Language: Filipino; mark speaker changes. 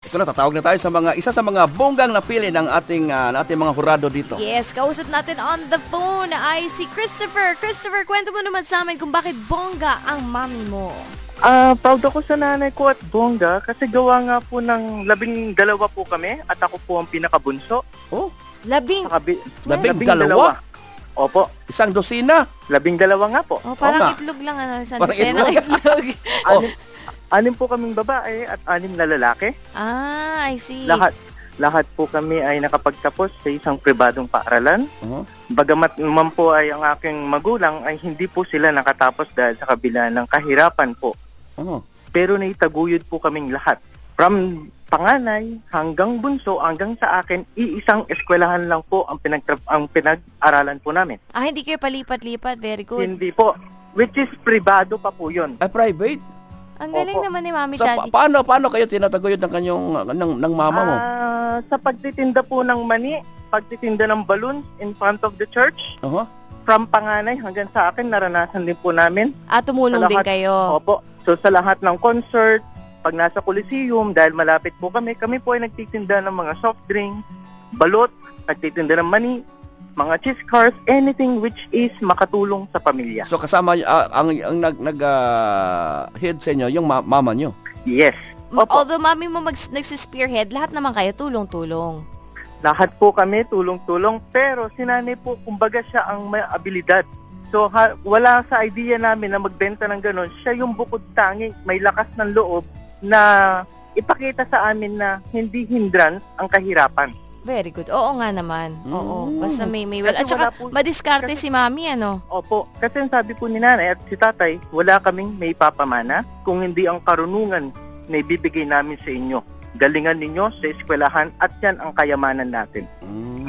Speaker 1: Ito na, tatawag na tayo sa mga isa sa mga bonggang napili ng ating, ah, ng ating mga hurado dito.
Speaker 2: Yes, kausap natin on the phone ay si Christopher. Christopher, kwento mo naman sa amin kung bakit bongga ang mami mo.
Speaker 3: Ah, proud ako sa nanay ko at bongga kasi gawa nga po ng labing dalawa po kami at ako po ang pinakabunso.
Speaker 1: Oh,
Speaker 2: Labing.
Speaker 3: Saka bi-
Speaker 1: Labing dalawa?
Speaker 3: Opo,
Speaker 1: isang dosina.
Speaker 3: labing dalawa nga po.
Speaker 1: Oo
Speaker 2: Oh,
Speaker 1: nga.
Speaker 2: parang itlog lang ano, sa
Speaker 1: Parang
Speaker 2: dosena ng itlog.
Speaker 1: Oh.
Speaker 2: Ano?
Speaker 3: Anim, anim po kaming babae at anim na lalaki.
Speaker 2: ah, I
Speaker 1: Hmm.
Speaker 2: see.
Speaker 3: Lahat lahat po kami ay nakapagtapos sa isang pribadong paaralan.
Speaker 1: Oh.
Speaker 3: Bagamat naman po ay ang aking magulang ay hindi po sila nakatapos dahil sa kabila ng kahirapan po.
Speaker 1: Oh.
Speaker 3: Pero naitaguyod po kaming lahat. From panganay hanggang bunso hanggang sa akin, iisang eskwelahan lang po ang, pinagtra- ang pinag-aralan po namin.
Speaker 2: Ah, hindi kayo palipat-lipat. Very good.
Speaker 3: Hindi po. Which is privado pa po yun.
Speaker 1: Ay, Ah, private?
Speaker 2: Ang galing
Speaker 3: Opo.
Speaker 2: naman ni Mami
Speaker 1: So, pa-
Speaker 2: Daddy.
Speaker 1: paano, paano kayo tinataguyod ng kanyong, ng, ng mama mo?
Speaker 3: Ah, sa pagtitinda po ng mani, pagtitinda ng balloons in front of the church,
Speaker 2: Ah.
Speaker 1: Oho.
Speaker 3: from panganay hanggang sa akin, naranasan din po namin.
Speaker 2: ah, tumulong din
Speaker 3: lahat-
Speaker 2: kayo.
Speaker 3: Opo. So sa lahat ng concert, pag nasa Coliseum, dahil malapit po kami, kami po ay nagtitinda ng mga soft drink, balot, nagtitinda ng mani, mga cheese cars, anything which is makatulong sa pamilya.
Speaker 1: So, kasama ah, ang, ang, nag, nag ah, head sa inyo, yung ma- mama nyo.
Speaker 3: Yes.
Speaker 2: M-
Speaker 3: Opo.
Speaker 2: Although Mami mo mag- nagsispearhead, lahat naman kayo tulong-tulong.
Speaker 3: Lahat po kami tulong-tulong pero si nanay po kumbaga siya ang may abilidad. So ha- wala sa idea namin na magbenta ng ganun. Siya yung bukod tangi, may lakas ng loob na ipakita sa amin na hindi hindrance ang kahirapan.
Speaker 2: Very good. Oo nga naman. Oo.
Speaker 1: Mm.
Speaker 2: Basta may may well. At
Speaker 3: Kasi
Speaker 2: saka,
Speaker 3: wala po-
Speaker 2: madiskarte si
Speaker 3: kasi-
Speaker 2: Mami, ano?
Speaker 3: Opo, kasi ang sabi po ni nanay at si tatay, wala kaming may papamana kung hindi ang karunungan na ibibigay namin sa inyo. Galingan ninyo sa eskwelahan at yan ang kayamanan natin.
Speaker 1: Mm.
Speaker 2: Hmm.